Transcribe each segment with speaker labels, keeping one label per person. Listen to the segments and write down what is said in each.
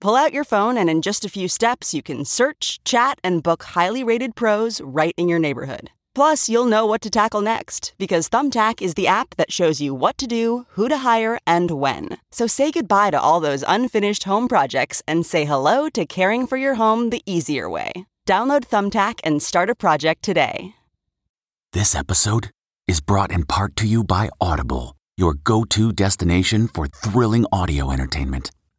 Speaker 1: Pull out your phone, and in just a few steps, you can search, chat, and book highly rated pros right in your neighborhood. Plus, you'll know what to tackle next because Thumbtack is the app that shows you what to do, who to hire, and when. So say goodbye to all those unfinished home projects and say hello to caring for your home the easier way. Download Thumbtack and start a project today.
Speaker 2: This episode is brought in part to you by Audible, your go to destination for thrilling audio entertainment.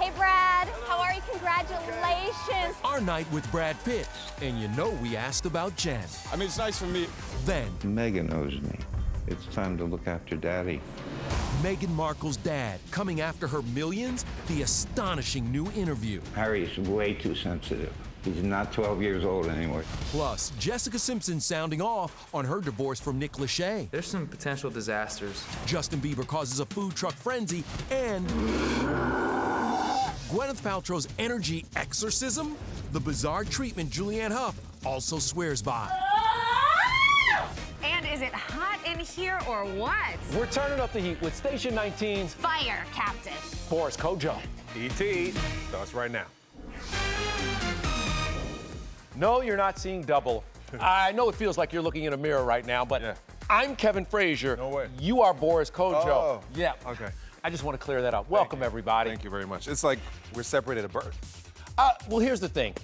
Speaker 3: Hey, Brad. How are you? Congratulations.
Speaker 4: our night with Brad Pitt. And you know we asked about Jen.
Speaker 5: I mean, it's nice for me.
Speaker 4: Then,
Speaker 6: Megan owes me. It's time to look after Daddy.
Speaker 4: Meghan Markle's dad coming after her millions, the astonishing new interview.
Speaker 6: Harry's way too sensitive. He's not 12 years old anymore.
Speaker 4: Plus, Jessica Simpson sounding off on her divorce from Nick Lachey.
Speaker 7: There's some potential disasters.
Speaker 4: Justin Bieber causes a food truck frenzy. And Gwyneth Paltrow's energy exorcism? The bizarre treatment Julianne Hough also swears by.
Speaker 8: And is it hot in here or what?
Speaker 9: We're turning up the heat with Station 19's
Speaker 8: Fire, Captain.
Speaker 9: Boris Kojo.
Speaker 5: E.T. That's right now.
Speaker 9: No, you're not seeing double. I know it feels like you're looking in a mirror right now, but
Speaker 5: Yeah.
Speaker 9: I'm Kevin Frazier.
Speaker 5: No way.
Speaker 9: You are Boris Kojo.
Speaker 5: Oh.
Speaker 9: Yeah.
Speaker 5: Okay.
Speaker 9: I just want to clear that up. Welcome, everybody.
Speaker 5: Thank you very much. It's like we're separated at birth.
Speaker 9: Uh, well, here's the thing.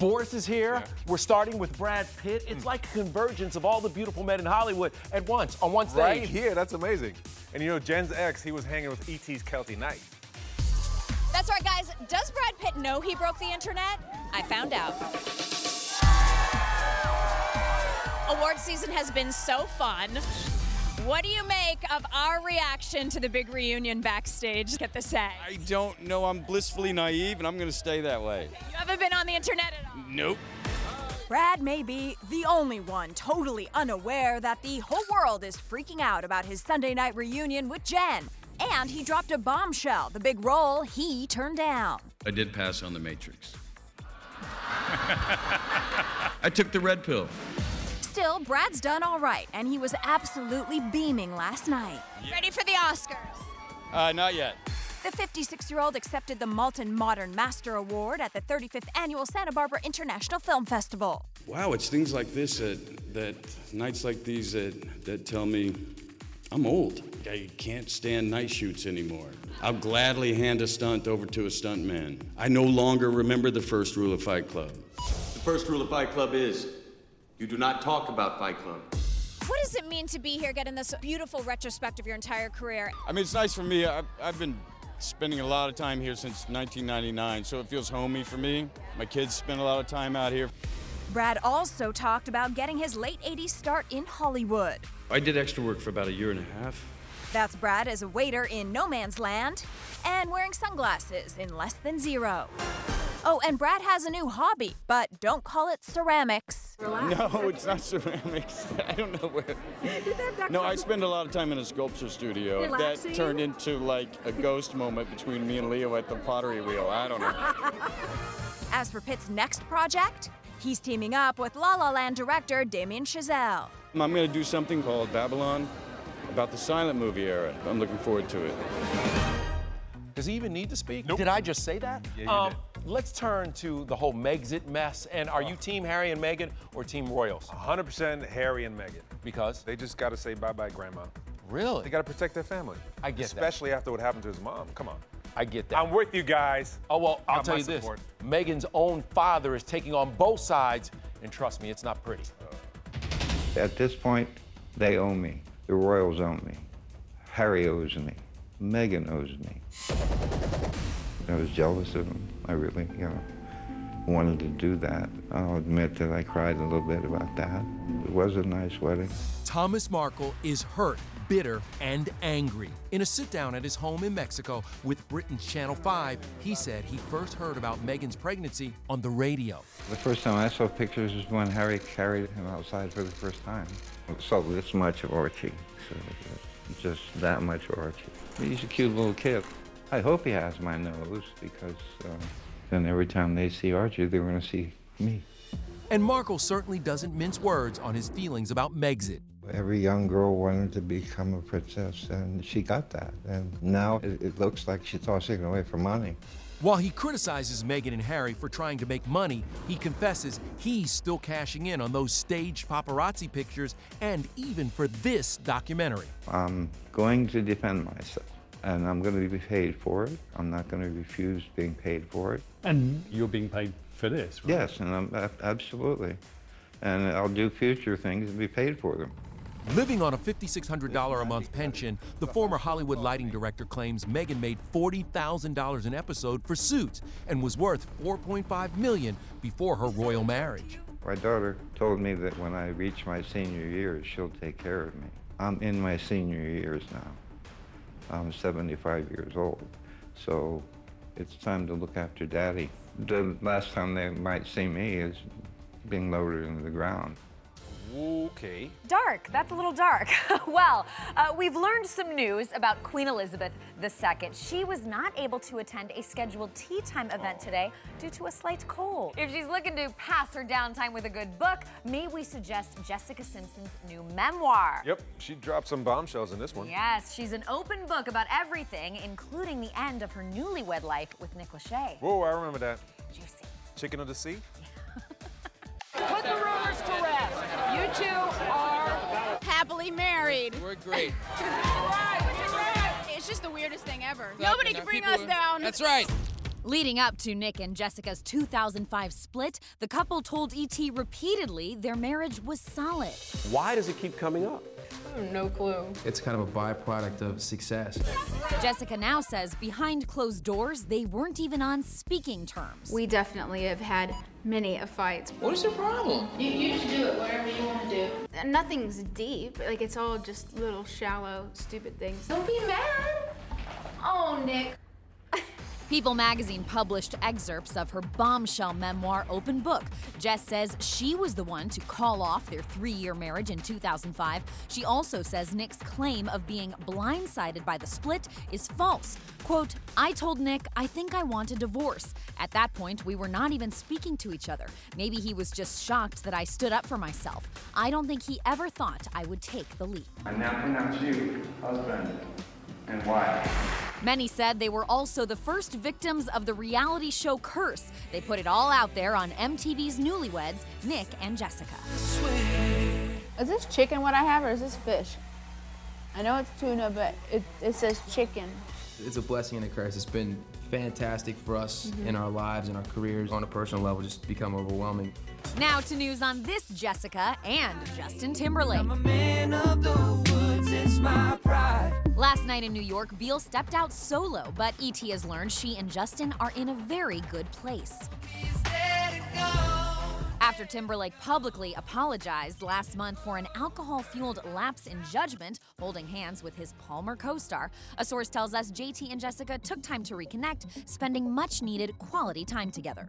Speaker 9: Boris is here.
Speaker 5: Yeah. Hmm.
Speaker 9: We're starting with Brad Pitt. It's like a convergence of all the beautiful men in Hollywood at once, on one stage.
Speaker 5: Right here. That's amazing. And you know, Jen's ex, he was hanging with E.T.'s Kelty Knight.
Speaker 3: That's right, guys. Does Brad Pitt know he broke the internet? I found out. Award season has been so fun. What do you make of our reaction to the big reunion backstage at the SAG?
Speaker 10: I don't know. I'm blissfully naive, and I'm going to stay that way.
Speaker 3: You haven't been on the internet at all.
Speaker 10: Nope.
Speaker 8: Brad may be the only one totally unaware that the whole world is freaking out about his Sunday night reunion with Jen. And he dropped a bombshell, the big role he turned down.
Speaker 10: I did pass on the Matrix. I took the red pill.
Speaker 8: Still, Brad's done all right, and he was absolutely beaming last night.
Speaker 3: Ready for the Oscars?
Speaker 10: Uh, not yet.
Speaker 8: The 56 year old accepted the Malton Modern Master Award at the 35th Annual Santa Barbara International Film Festival.
Speaker 11: Wow, it's things like this that, that nights like these that, that tell me I'm old. I can't stand night shoots anymore. I'll gladly hand a stunt over to a stuntman. I no longer remember the first rule of Fight Club.
Speaker 9: The first rule of Fight Club is you do not talk about Fight Club.
Speaker 3: What does it mean to be here getting this beautiful retrospect of your entire career?
Speaker 10: I mean, it's nice for me. I've, I've been spending a lot of time here since 1999, so it feels homey for me. My kids spend a lot of time out here.
Speaker 8: Brad also talked about getting his late 80s start in Hollywood.
Speaker 11: I did extra work for about a year and a half.
Speaker 8: That's Brad as a waiter in No Man's Land and wearing sunglasses in less than zero. Oh, and Brad has a new hobby, but don't call it ceramics.
Speaker 10: No, it's not ceramics. I don't know where. No, I spend a lot of time in a sculpture studio. and
Speaker 8: Relaxing?
Speaker 10: That turned into like a ghost moment between me and Leo at the pottery wheel. I don't know.
Speaker 8: As for Pitt's next project, he's teaming up with La La Land director Damien Chazelle.
Speaker 10: I'm going to do something called Babylon about the silent movie era. I'm looking forward to it.
Speaker 9: Does he even need to speak? Did I just say that? Um,
Speaker 10: Yeah, you
Speaker 9: Let's turn to the whole Megxit mess. And are you team Harry and Meghan or team Royals?
Speaker 5: 100% Harry and Meghan.
Speaker 9: Because?
Speaker 5: They just got to say bye bye, Grandma.
Speaker 9: Really?
Speaker 5: They got to protect their family.
Speaker 9: I get that.
Speaker 5: Especially after what happened to his mom. Come on.
Speaker 9: I get that.
Speaker 5: I'm with you guys.
Speaker 9: Oh, well, I'll
Speaker 5: Got
Speaker 9: tell
Speaker 5: my
Speaker 9: you this.
Speaker 5: support.
Speaker 9: Megan's own father is taking on both sides, and trust me, it's not pretty.
Speaker 6: At this point, they owe me. The Royals owe me. Harry owes me. Meghan owes me. I was jealous of him. I really, you know, wanted to do that. I'll admit that I cried a little bit about that. It was a nice wedding.
Speaker 9: Thomas Markle is hurt, bitter, and angry. In a sit down at his home in Mexico with Britain's Channel 5, he said he first heard about Megan's pregnancy on the radio.
Speaker 6: The first time I saw pictures was when Harry carried him outside for the first time. I saw this much of Archie. So uh, just that much of Archie. He's a cute little kid. I hope he has my nose because uh, then every time they see Archie, they're going to see me.
Speaker 9: And Markle certainly doesn't mince words on his feelings about Megxit.
Speaker 6: Every young girl wanted to become a princess, and she got that. And now it, it looks like she's tossing it away for money.
Speaker 9: While he criticizes Meghan and Harry for trying to make money, he confesses he's still cashing in on those staged paparazzi pictures and even for this documentary.
Speaker 6: I'm going to defend myself, and I'm going to be paid for it. I'm not going to refuse being paid for it.
Speaker 12: And you're being paid for this, right?
Speaker 6: Yes, and I'm, ab- absolutely. And I'll do future things and be paid for them.
Speaker 9: Living on a $5,600 a month pension, the former Hollywood lighting director claims Meghan made $40,000 an episode for Suits and was worth $4.5 million before her royal marriage.
Speaker 6: My daughter told me that when I reach my senior years, she'll take care of me. I'm in my senior years now. I'm 75 years old, so it's time to look after daddy. The last time they might see me is being loaded into the ground.
Speaker 9: Okay.
Speaker 13: Dark. That's a little dark. well, uh, we've learned some news about Queen Elizabeth II. She was not able to attend a scheduled tea time event today due to a slight cold. If she's looking to pass her downtime with a good book, may we suggest Jessica Simpson's new memoir?
Speaker 5: Yep, she dropped some bombshells in this one.
Speaker 13: Yes, she's an open book about everything, including the end of her newlywed life with Nick Lachey.
Speaker 5: Whoa, I remember that. Chicken of the sea?
Speaker 14: Put the rumors to rest. You two are happily married.
Speaker 15: We're great.
Speaker 3: It's just the weirdest thing ever.
Speaker 15: Exactly.
Speaker 3: Nobody
Speaker 15: Now
Speaker 3: can bring
Speaker 15: people
Speaker 3: us
Speaker 15: are-
Speaker 3: down.
Speaker 15: That's right.
Speaker 13: Leading up to Nick and Jessica's 2005 split, the couple told ET repeatedly their marriage was solid.
Speaker 9: Why does it keep coming up?
Speaker 13: No clue.
Speaker 7: It's kind of a byproduct of success.
Speaker 13: Jessica now says behind closed doors, they weren't even on speaking terms.
Speaker 16: We definitely have had many a fight.
Speaker 15: What is your problem?
Speaker 16: You, you just do it whatever you want to do. Nothing's deep. Like it's all just little shallow, stupid things. Don't be mad. Oh, Nick.
Speaker 13: People magazine published excerpts of her bombshell memoir, Open Book. Jess says she was the one to call off their three year marriage in 2005. She also says Nick's claim of being blindsided by the split is false. Quote, I told Nick, I think I want a divorce. At that point, we were not even speaking to each other. Maybe he was just shocked that I stood up for myself. I don't think he ever thought I would take the leap.
Speaker 6: I now pronounce you husband and wife.
Speaker 13: Many said they were also the first victims of the reality show curse. They put it all out there on MTV's newlyweds, Nick and Jessica.
Speaker 16: Is this chicken what I have, or is this fish? I know it's tuna, but it, it says chicken.
Speaker 7: It's a blessing and a curse. It's been fantastic for us
Speaker 13: Mhm.
Speaker 7: in our lives and our careers on a personal level, just become overwhelming.
Speaker 13: Now to news on this Jessica and Justin Timberlake. It's my pride. Last night in New York, Beale stepped out solo, but ET has learned she and Justin are in a very good place. After Timberlake publicly apologized last month for an alcohol fueled lapse in judgment, holding hands with his Palmer co star, a source tells us JT and Jessica took time to reconnect, spending much needed quality time together.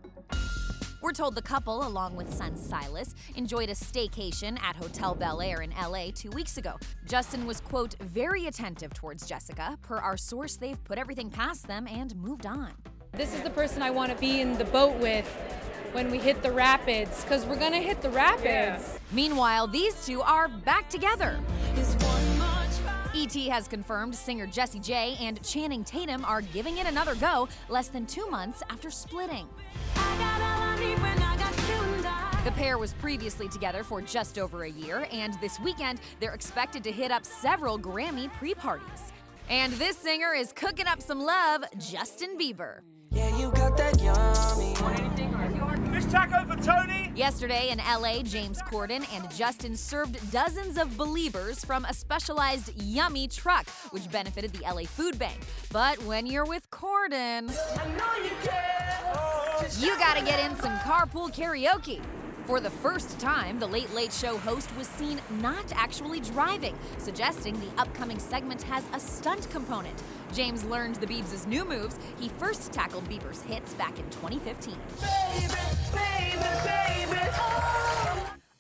Speaker 13: We're told the couple, along with son Silas, enjoyed a staycation at Hotel Bel Air in LA two weeks ago. Justin was, quote, very attentive towards Jessica. Per our source, they've put everything past them and moved on.
Speaker 15: This is the person I want to be in the boat with when we hit the rapids, because we're going to hit the rapids.
Speaker 13: Meanwhile, these two are back together. ET has confirmed singer Jessie J and Channing Tatum are giving it another go less than two months after splitting. The pair was previously together for just over a year, and this weekend they're expected to hit up several Grammy pre parties. And this singer is cooking up some love, Justin Bieber.
Speaker 17: Yeah, you got that yummy. Want anything or you want fish taco for Tony?
Speaker 13: Yesterday in LA, James Corden and Justin served dozens of believers from a specialized yummy truck, which benefited the LA Food Bank. But when you're with Corden, you gotta get in some carpool karaoke. For the first time, the Late Late Show host was seen not actually driving, suggesting the upcoming segment has a stunt component. James learned the Biebs' new moves. He first tackled Bieber's hits back in 2015.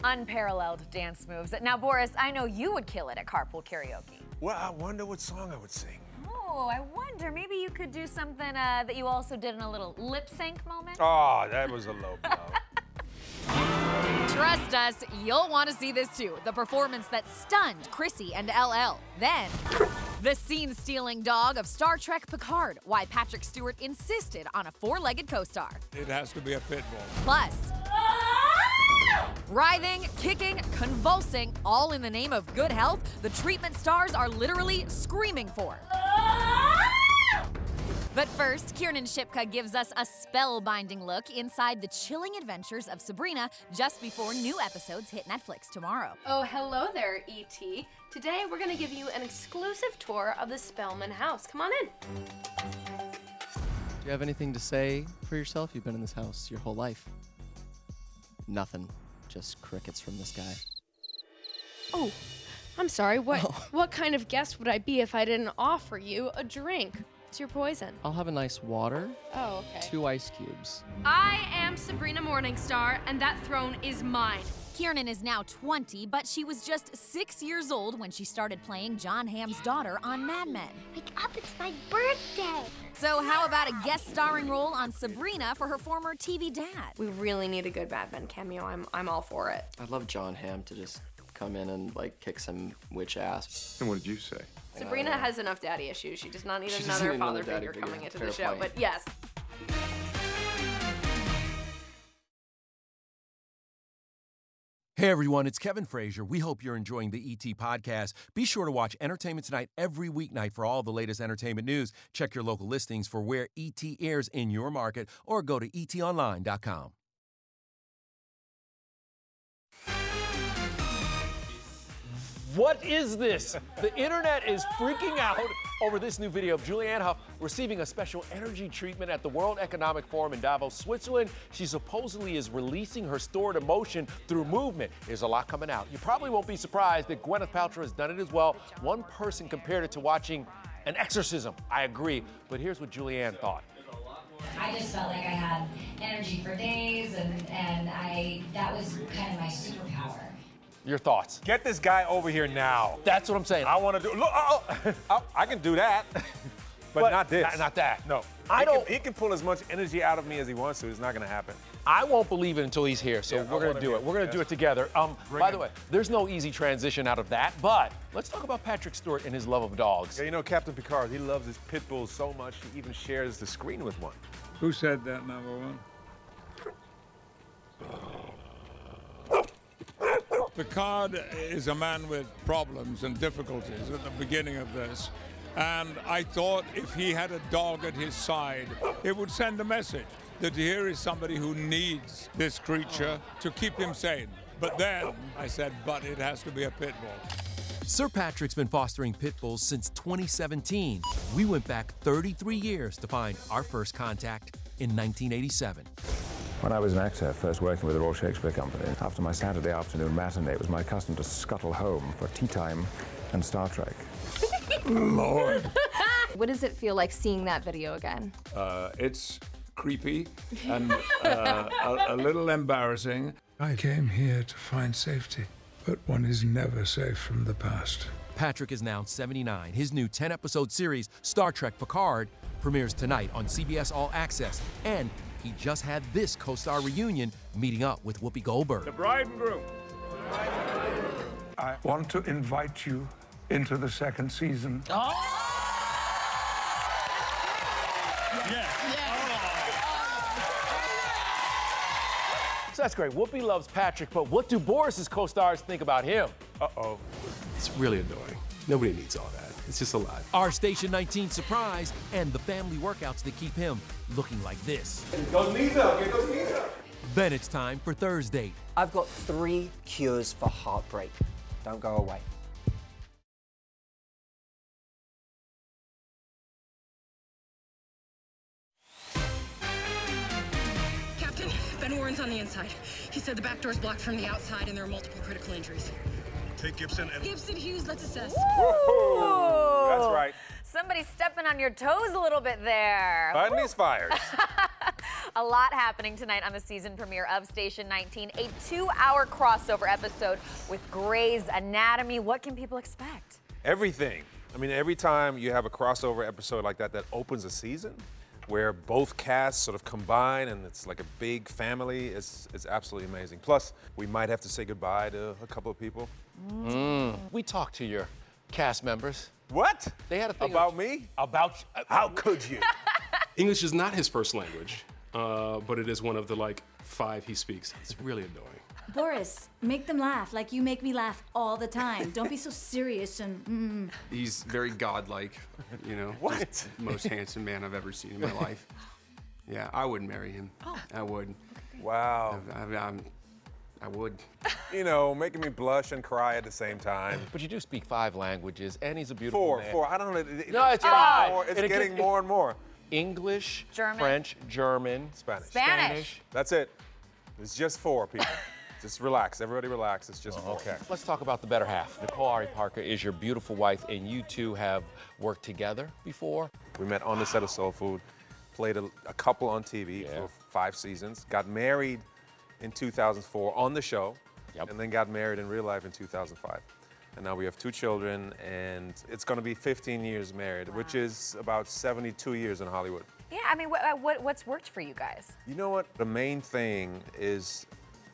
Speaker 13: Unparalleled dance moves. Now, Boris, I know you would kill it at carpool karaoke.
Speaker 5: Well, I wonder what song I would sing.
Speaker 13: Oh, I wonder. Maybe you could do something uh, that you also did in a little lip sync moment.
Speaker 5: Oh, that was a low blow.
Speaker 13: Trust us, you'll want to see this too. The performance that stunned Chrissy and LL. Then, the scene stealing dog of Star Trek Picard, why Patrick Stewart insisted on a four legged co star.
Speaker 18: It has to be a pit bull.
Speaker 13: Plus, writhing, kicking, convulsing, all in the name of good health, the treatment stars are literally screaming for. But first, Kiernan Shipka gives us a spellbinding look inside the chilling adventures of Sabrina just before new episodes hit Netflix tomorrow.
Speaker 19: Oh, hello there, E.T. Today we're going to give you an exclusive tour of the Spellman house. Come on in.
Speaker 20: Do you have anything to say for yourself? You've been in this house your whole life. Nothing. Just crickets from this guy.
Speaker 19: Oh, I'm sorry. What
Speaker 20: Oh.
Speaker 19: what kind of guest would I be if I didn't offer you a drink? It's your poison.
Speaker 20: I'll have a nice water.
Speaker 19: Oh, okay.
Speaker 20: Two ice cubes.
Speaker 19: I am Sabrina Morningstar, and that throne is mine.
Speaker 13: Kiernan is now 20, but she was just six years old when she started playing John Hamm's daughter on Mad Men.
Speaker 21: Wake up, it's my birthday.
Speaker 13: So, how about a guest starring role on Sabrina for her former TV dad?
Speaker 19: We really need a good Mad Men cameo. I'm I'm all for it.
Speaker 20: I'd love John Hamm to just come in and like kick some witch ass. Uh,
Speaker 5: And what did you say?
Speaker 19: Sabrina has enough daddy issues. She does not need
Speaker 20: She doesn't
Speaker 19: another
Speaker 20: need
Speaker 19: father
Speaker 20: another daddy
Speaker 19: figure
Speaker 20: figure.
Speaker 19: coming into
Speaker 20: Fair
Speaker 19: the show.
Speaker 20: point.
Speaker 19: But yes,
Speaker 9: Hey everyone, it's Kevin Frazier. We hope you're enjoying the ET podcast. Be sure to watch Entertainment Tonight every weeknight for all the latest entertainment news. Check your local listings for where ET airs in your market or go to E etonline.com.
Speaker 22: What is this? The internet is freaking out over this new video of Julianne Hough receiving a special energy treatment at the World Economic Forum in Davos, Switzerland. She supposedly is releasing her stored emotion through movement. There's a lot coming out. You probably won't be surprised that Gwyneth Paltrow has done it as well. One person compared it to watching an exorcism. I agree, but here's what Julianne thought.
Speaker 23: I just felt like I had energy for days, and, and I that was kind of my superpower.
Speaker 5: Your thoughts? Get this guy over here now. That's what I'm saying. I want to do. Look, oh, oh, I, I can do that, but, not this.
Speaker 22: not- not
Speaker 5: that. No.
Speaker 22: I
Speaker 5: he
Speaker 22: don't-
Speaker 5: Can, he can pull as much energy out of me as he wants to. It's not going to happen.
Speaker 22: I won't believe it until he's here, so we're
Speaker 5: want
Speaker 22: gonna
Speaker 5: him
Speaker 22: do
Speaker 5: here.
Speaker 22: it. We're gonna do
Speaker 5: Yes.
Speaker 22: it together. Um, by the
Speaker 5: him.
Speaker 22: way, there's no easy transition out of that, but let's talk about Patrick Stewart and his love of dogs.
Speaker 5: Yeah, you know Captain Picard. He loves his pit bulls so much he even shares the screen with one.
Speaker 18: Who said that, number one? Picard is a man with problems and difficulties at the beginning of this. And I thought if he had a dog at his side, it would send a message that here is somebody who needs this creature to keep him sane. But then I said, but it has to be a pit bull.
Speaker 9: Sir Patrick's been fostering pit bulls since 2017. We went back 33 years to find our first contact in 1987.
Speaker 24: When I was an actor, first working with the Royal Shakespeare Company, after my Saturday afternoon matinee, it was my custom to scuttle home for tea time and Star Trek. Lord!
Speaker 13: what does it feel like seeing that video again?
Speaker 18: Uh, it's creepy and uh, a, a little embarrassing. I came here to find safety, but one is never safe from the past.
Speaker 9: Patrick is now 79. His new 10 episode series, Star Trek Picard, premieres tonight on CBS All Access. And he just had this co star reunion meeting up with Whoopi Goldberg.
Speaker 18: bride and groom.
Speaker 25: I want to invite you into the second season.
Speaker 10: So that's great. Whoopi loves Patrick, but what do Boris's co stars think about him?
Speaker 9: Uh oh.
Speaker 10: It's really annoying. Nobody needs all that. It's just a lot.
Speaker 9: Our Station 19 surprise and the family workouts that keep him looking like this.
Speaker 4: Those knees up, get those knees up.
Speaker 9: Then it's time for Thursday.
Speaker 4: I've got three cures for heartbreak. Don't go away.
Speaker 19: Captain, Ben Warren's on the inside. He said the back door's blocked from the outside and there are multiple critical injuries.
Speaker 26: Take Gibson and
Speaker 19: Gibson Hughes, let's assess.
Speaker 5: Whoa. That's right.
Speaker 13: Somebody's stepping on your toes a little bit there.
Speaker 5: Button is fired.
Speaker 13: A lot happening tonight on the season premiere of Station 19, a two hour crossover episode with Grey's Anatomy. What can people expect?
Speaker 5: Everything. I mean, every time you have a crossover episode like that that opens a season, where both casts sort of combine and it's like a big family, it's, it's absolutely amazing. Plus, we might have to say goodbye to a couple of people.
Speaker 10: Mm. We talked to your cast members.
Speaker 5: What?
Speaker 10: They had a thing
Speaker 5: about me.
Speaker 10: About
Speaker 5: how could you?
Speaker 27: English is not his first language, uh, but it is one of the like five he speaks. It's really annoying.
Speaker 28: Boris, make them laugh like you make me laugh all the time. Don't be so serious and. Mm.
Speaker 27: He's very godlike, you know. what? Most handsome man I've ever seen in my life. Yeah, I would marry him. I would.
Speaker 5: Oh. Wow.
Speaker 27: I, I, I'm, I would.
Speaker 5: You know, making me blush and cry at the same time.
Speaker 10: But you do speak five languages, and he's a beautiful
Speaker 5: Four,
Speaker 10: man.
Speaker 5: four. I don't know. It-
Speaker 10: No, it's
Speaker 5: it's getting
Speaker 10: five.
Speaker 5: more- it's
Speaker 10: And it
Speaker 5: getting
Speaker 10: gets-
Speaker 5: more and more.
Speaker 10: English,
Speaker 13: German.
Speaker 10: French, German,
Speaker 5: Spanish.
Speaker 13: Spanish.
Speaker 5: That's it. It's just four people. just relax. Everybody relax. It's just four.
Speaker 10: Okay. Let's talk about the better half. Nicole Ari Parker is your beautiful wife, and you two have worked together before.
Speaker 5: We met on the set of Soul Food, played a, a couple on TV for five seasons, got married in 2004 on the show, and then got married in real life in 2005. And now we have two children, and it's gonna be 15 years married, which is about 72 years in Hollywood.
Speaker 13: Yeah, I mean, what, what, what's worked for you guys?
Speaker 5: You know what? The main thing is,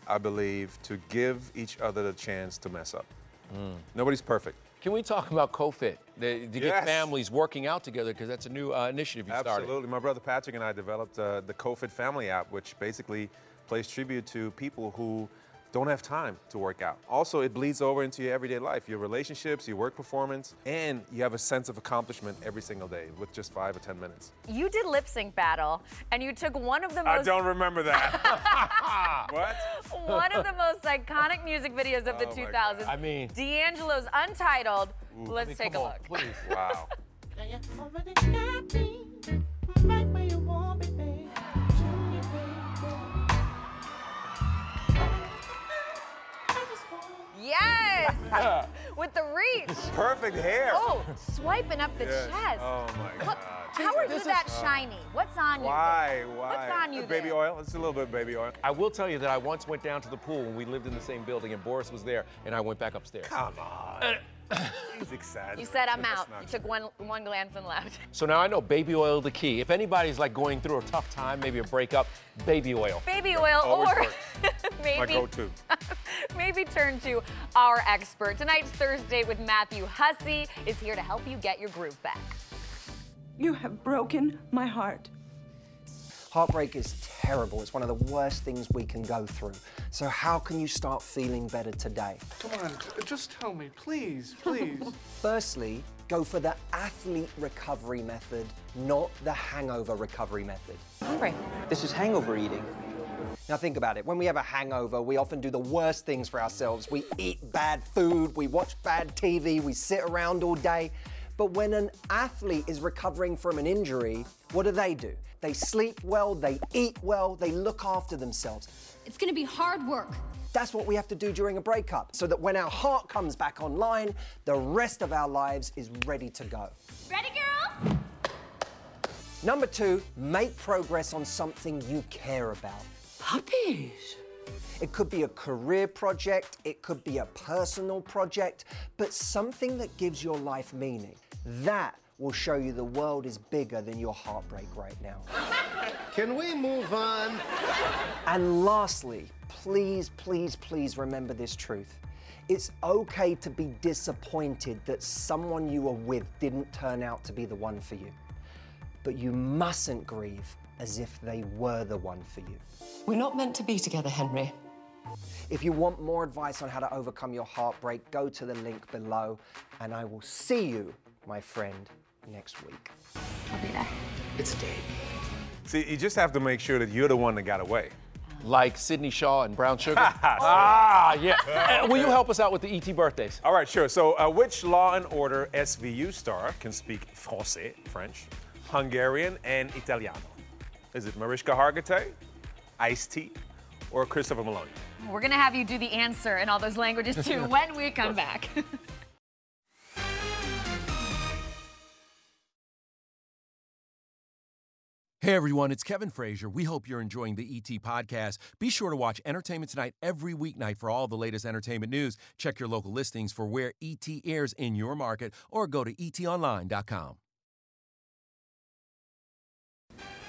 Speaker 5: I believe, to give each other the chance to mess up. Nobody's perfect.
Speaker 10: Mm. Can we talk about CoFit? The,
Speaker 5: Yes.
Speaker 10: to get families working out together, because that's a new uh, initiative you started.
Speaker 5: Absolutely. My brother Patrick and I developed uh, the CoFit Family app, which basically plays tribute to people who don't have time to work out. Also, it bleeds over into your everyday life, your relationships, your work performance, and you have a sense of accomplishment every single day with just five or 10 minutes.
Speaker 13: You did lip sync battle, and you took one of the most.
Speaker 5: I don't remember that. Ah. what?
Speaker 13: One of the most iconic music videos of the
Speaker 5: Oh my
Speaker 13: 2000s.
Speaker 5: God. I mean-
Speaker 13: D'Angelo's Untitled.
Speaker 5: Ooh.
Speaker 13: Let's
Speaker 5: I mean,
Speaker 13: take a
Speaker 5: come
Speaker 13: look.
Speaker 5: on, please. Wow.
Speaker 13: Yes!
Speaker 5: Yeah.
Speaker 13: With the reach.
Speaker 5: Perfect hair.
Speaker 13: Oh, swiping up the
Speaker 5: Yes.
Speaker 13: chest.
Speaker 5: Oh my
Speaker 13: Look,
Speaker 5: God.
Speaker 13: how are you
Speaker 5: This
Speaker 13: that
Speaker 5: is-
Speaker 13: shiny? What's on you?
Speaker 5: Why?
Speaker 13: there?
Speaker 5: Why? Uh,
Speaker 13: What's on you?
Speaker 5: Baby
Speaker 13: there?
Speaker 5: oil. It's a little bit of baby oil.
Speaker 10: I will tell you that I once went down to the pool when we lived in the same building, and Boris was there, and I went back upstairs. Uh,
Speaker 5: Come on. He's excited.
Speaker 13: You said I'm
Speaker 5: That's
Speaker 13: out.
Speaker 5: not
Speaker 13: You took one one glance and left.
Speaker 10: So now I know baby oil the key. If anybody's like going through a tough time, maybe a breakup, baby oil.
Speaker 13: Baby oil,
Speaker 10: Always
Speaker 13: or
Speaker 10: works.
Speaker 13: maybe maybe turn to our expert. Tonight's Thursday with Matthew Hussey is here to help you get your groove back.
Speaker 29: You have broken my heart.
Speaker 4: Heartbreak is terrible. It's one of the worst things we can go through. So, how can you start feeling better today?
Speaker 27: Come on, just tell me, please, please.
Speaker 4: Firstly, go for the athlete recovery method, not the hangover recovery method.
Speaker 29: Hungry.
Speaker 4: This is hangover eating. Now think about it. When we have a hangover, we often do the worst things for ourselves. We eat bad food, we watch bad TV, we sit around all day. But when an athlete is recovering from an injury, what do they do? They sleep well, they eat well, they look after themselves.
Speaker 30: It's going to be hard work.
Speaker 4: That's what we have to do during a breakup so that when our heart comes back online, the rest of our lives is ready to go.
Speaker 30: Ready, girls?
Speaker 4: Number two, make progress on something you care about. Puppies. It could be a career project, it could be a personal project, but something that gives your life meaning. That will show you the world is bigger than your heartbreak right now.
Speaker 3: Can we move on?
Speaker 4: And lastly, please, please, please remember this truth. It's okay to be disappointed that someone you were with didn't turn out to be the one for you. But you mustn't grieve as if they were the one for you.
Speaker 13: We're not meant to be together, Henry.
Speaker 4: If you want more advice on how to overcome your heartbreak, go to the link below, and I will see you, my friend, next week.
Speaker 13: I'll be there.
Speaker 4: It's a date.
Speaker 5: See, you just have to make sure that you're the one that got away.
Speaker 9: Like Sidney Shaw and Brown Sugar.
Speaker 13: Oh.
Speaker 9: ah, yeah. Uh, will you help us out with the ET birthdays?
Speaker 5: All right, sure. So, uh, which Law and Order SVU star can speak Francais, French, Hungarian, and Italiano? Is it Mariska Hargitay, Ice T, or Christopher Maloney?
Speaker 31: We're going to have you do the answer in all those languages too when we come back.
Speaker 32: Hey everyone, it's Kevin Frazier. We hope you're enjoying the ET podcast. Be sure to watch Entertainment Tonight every weeknight for all the latest entertainment news. Check your local listings for where ET airs in your market or go to E etonline.com.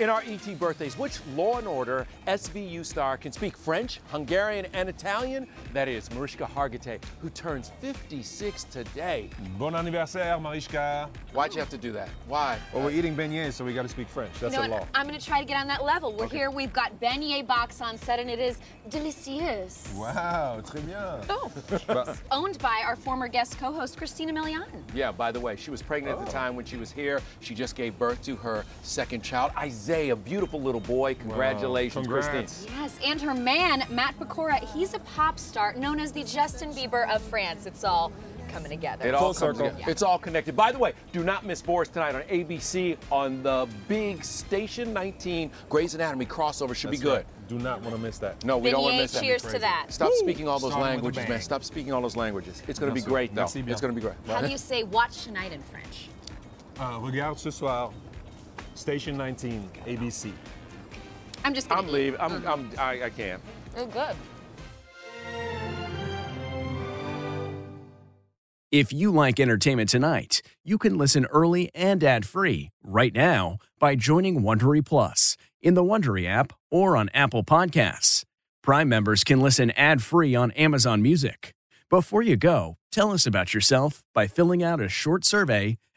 Speaker 9: In our ET birthdays, which Law and Order SVU star can speak French, Hungarian, and Italian? That is Mariska Hargitay, who turns 56 today.
Speaker 5: Bon anniversaire, Mariska.
Speaker 9: Why'd you have to do that? Why?
Speaker 5: Well, we're eating beignets, so we got to speak French. That's
Speaker 13: you know
Speaker 5: a
Speaker 13: what?
Speaker 5: law.
Speaker 13: I'm gonna try to get on that level. We're
Speaker 5: Okay.
Speaker 13: here. We've got beignet box on set, and it is delicious.
Speaker 5: Wow, très bien.
Speaker 13: Oh.
Speaker 5: But-
Speaker 13: Owned by our former guest co-host Christina Milian.
Speaker 9: Yeah, by the way, she was pregnant
Speaker 5: Oh.
Speaker 9: at the time when she was here. She just gave birth to her second child, Isaiah, beautiful little boy. Congratulations, Christine.
Speaker 13: Yes, and her man Matt Pecora. He's a pop star known as the Justin Bieber of France. It's all coming together.
Speaker 9: It all comes together. It's all connected. By the way, do not miss Boris tonight on ABC on the big Station 19 Grey's Anatomy crossover. Should
Speaker 5: That's
Speaker 9: be good.
Speaker 5: right. Do not want to miss that.
Speaker 9: No, we don't want to
Speaker 13: Beignet,
Speaker 9: miss that.
Speaker 13: cheers to that.
Speaker 9: Stop
Speaker 13: Woo.
Speaker 9: speaking all those
Speaker 5: Starting with a
Speaker 9: languages,
Speaker 5: bang.
Speaker 9: man. Stop speaking all those languages. It's going to be
Speaker 5: Merci.
Speaker 9: great, though.
Speaker 5: Merci bien.
Speaker 9: It's going to be great.
Speaker 13: How do you say watch tonight in French?
Speaker 5: Uh, regarde ce soir, Station 19, ABC.
Speaker 13: I'm just.
Speaker 5: I'm leaving. I'm, I'm, I, I can't.
Speaker 13: Oh, good.
Speaker 27: If you like entertainment tonight, you can listen early and ad free right now by joining Wondery Plus in the Wondery app or on Apple Podcasts. Prime members can listen ad free on Amazon Music. Before you go, tell us about yourself by filling out a short survey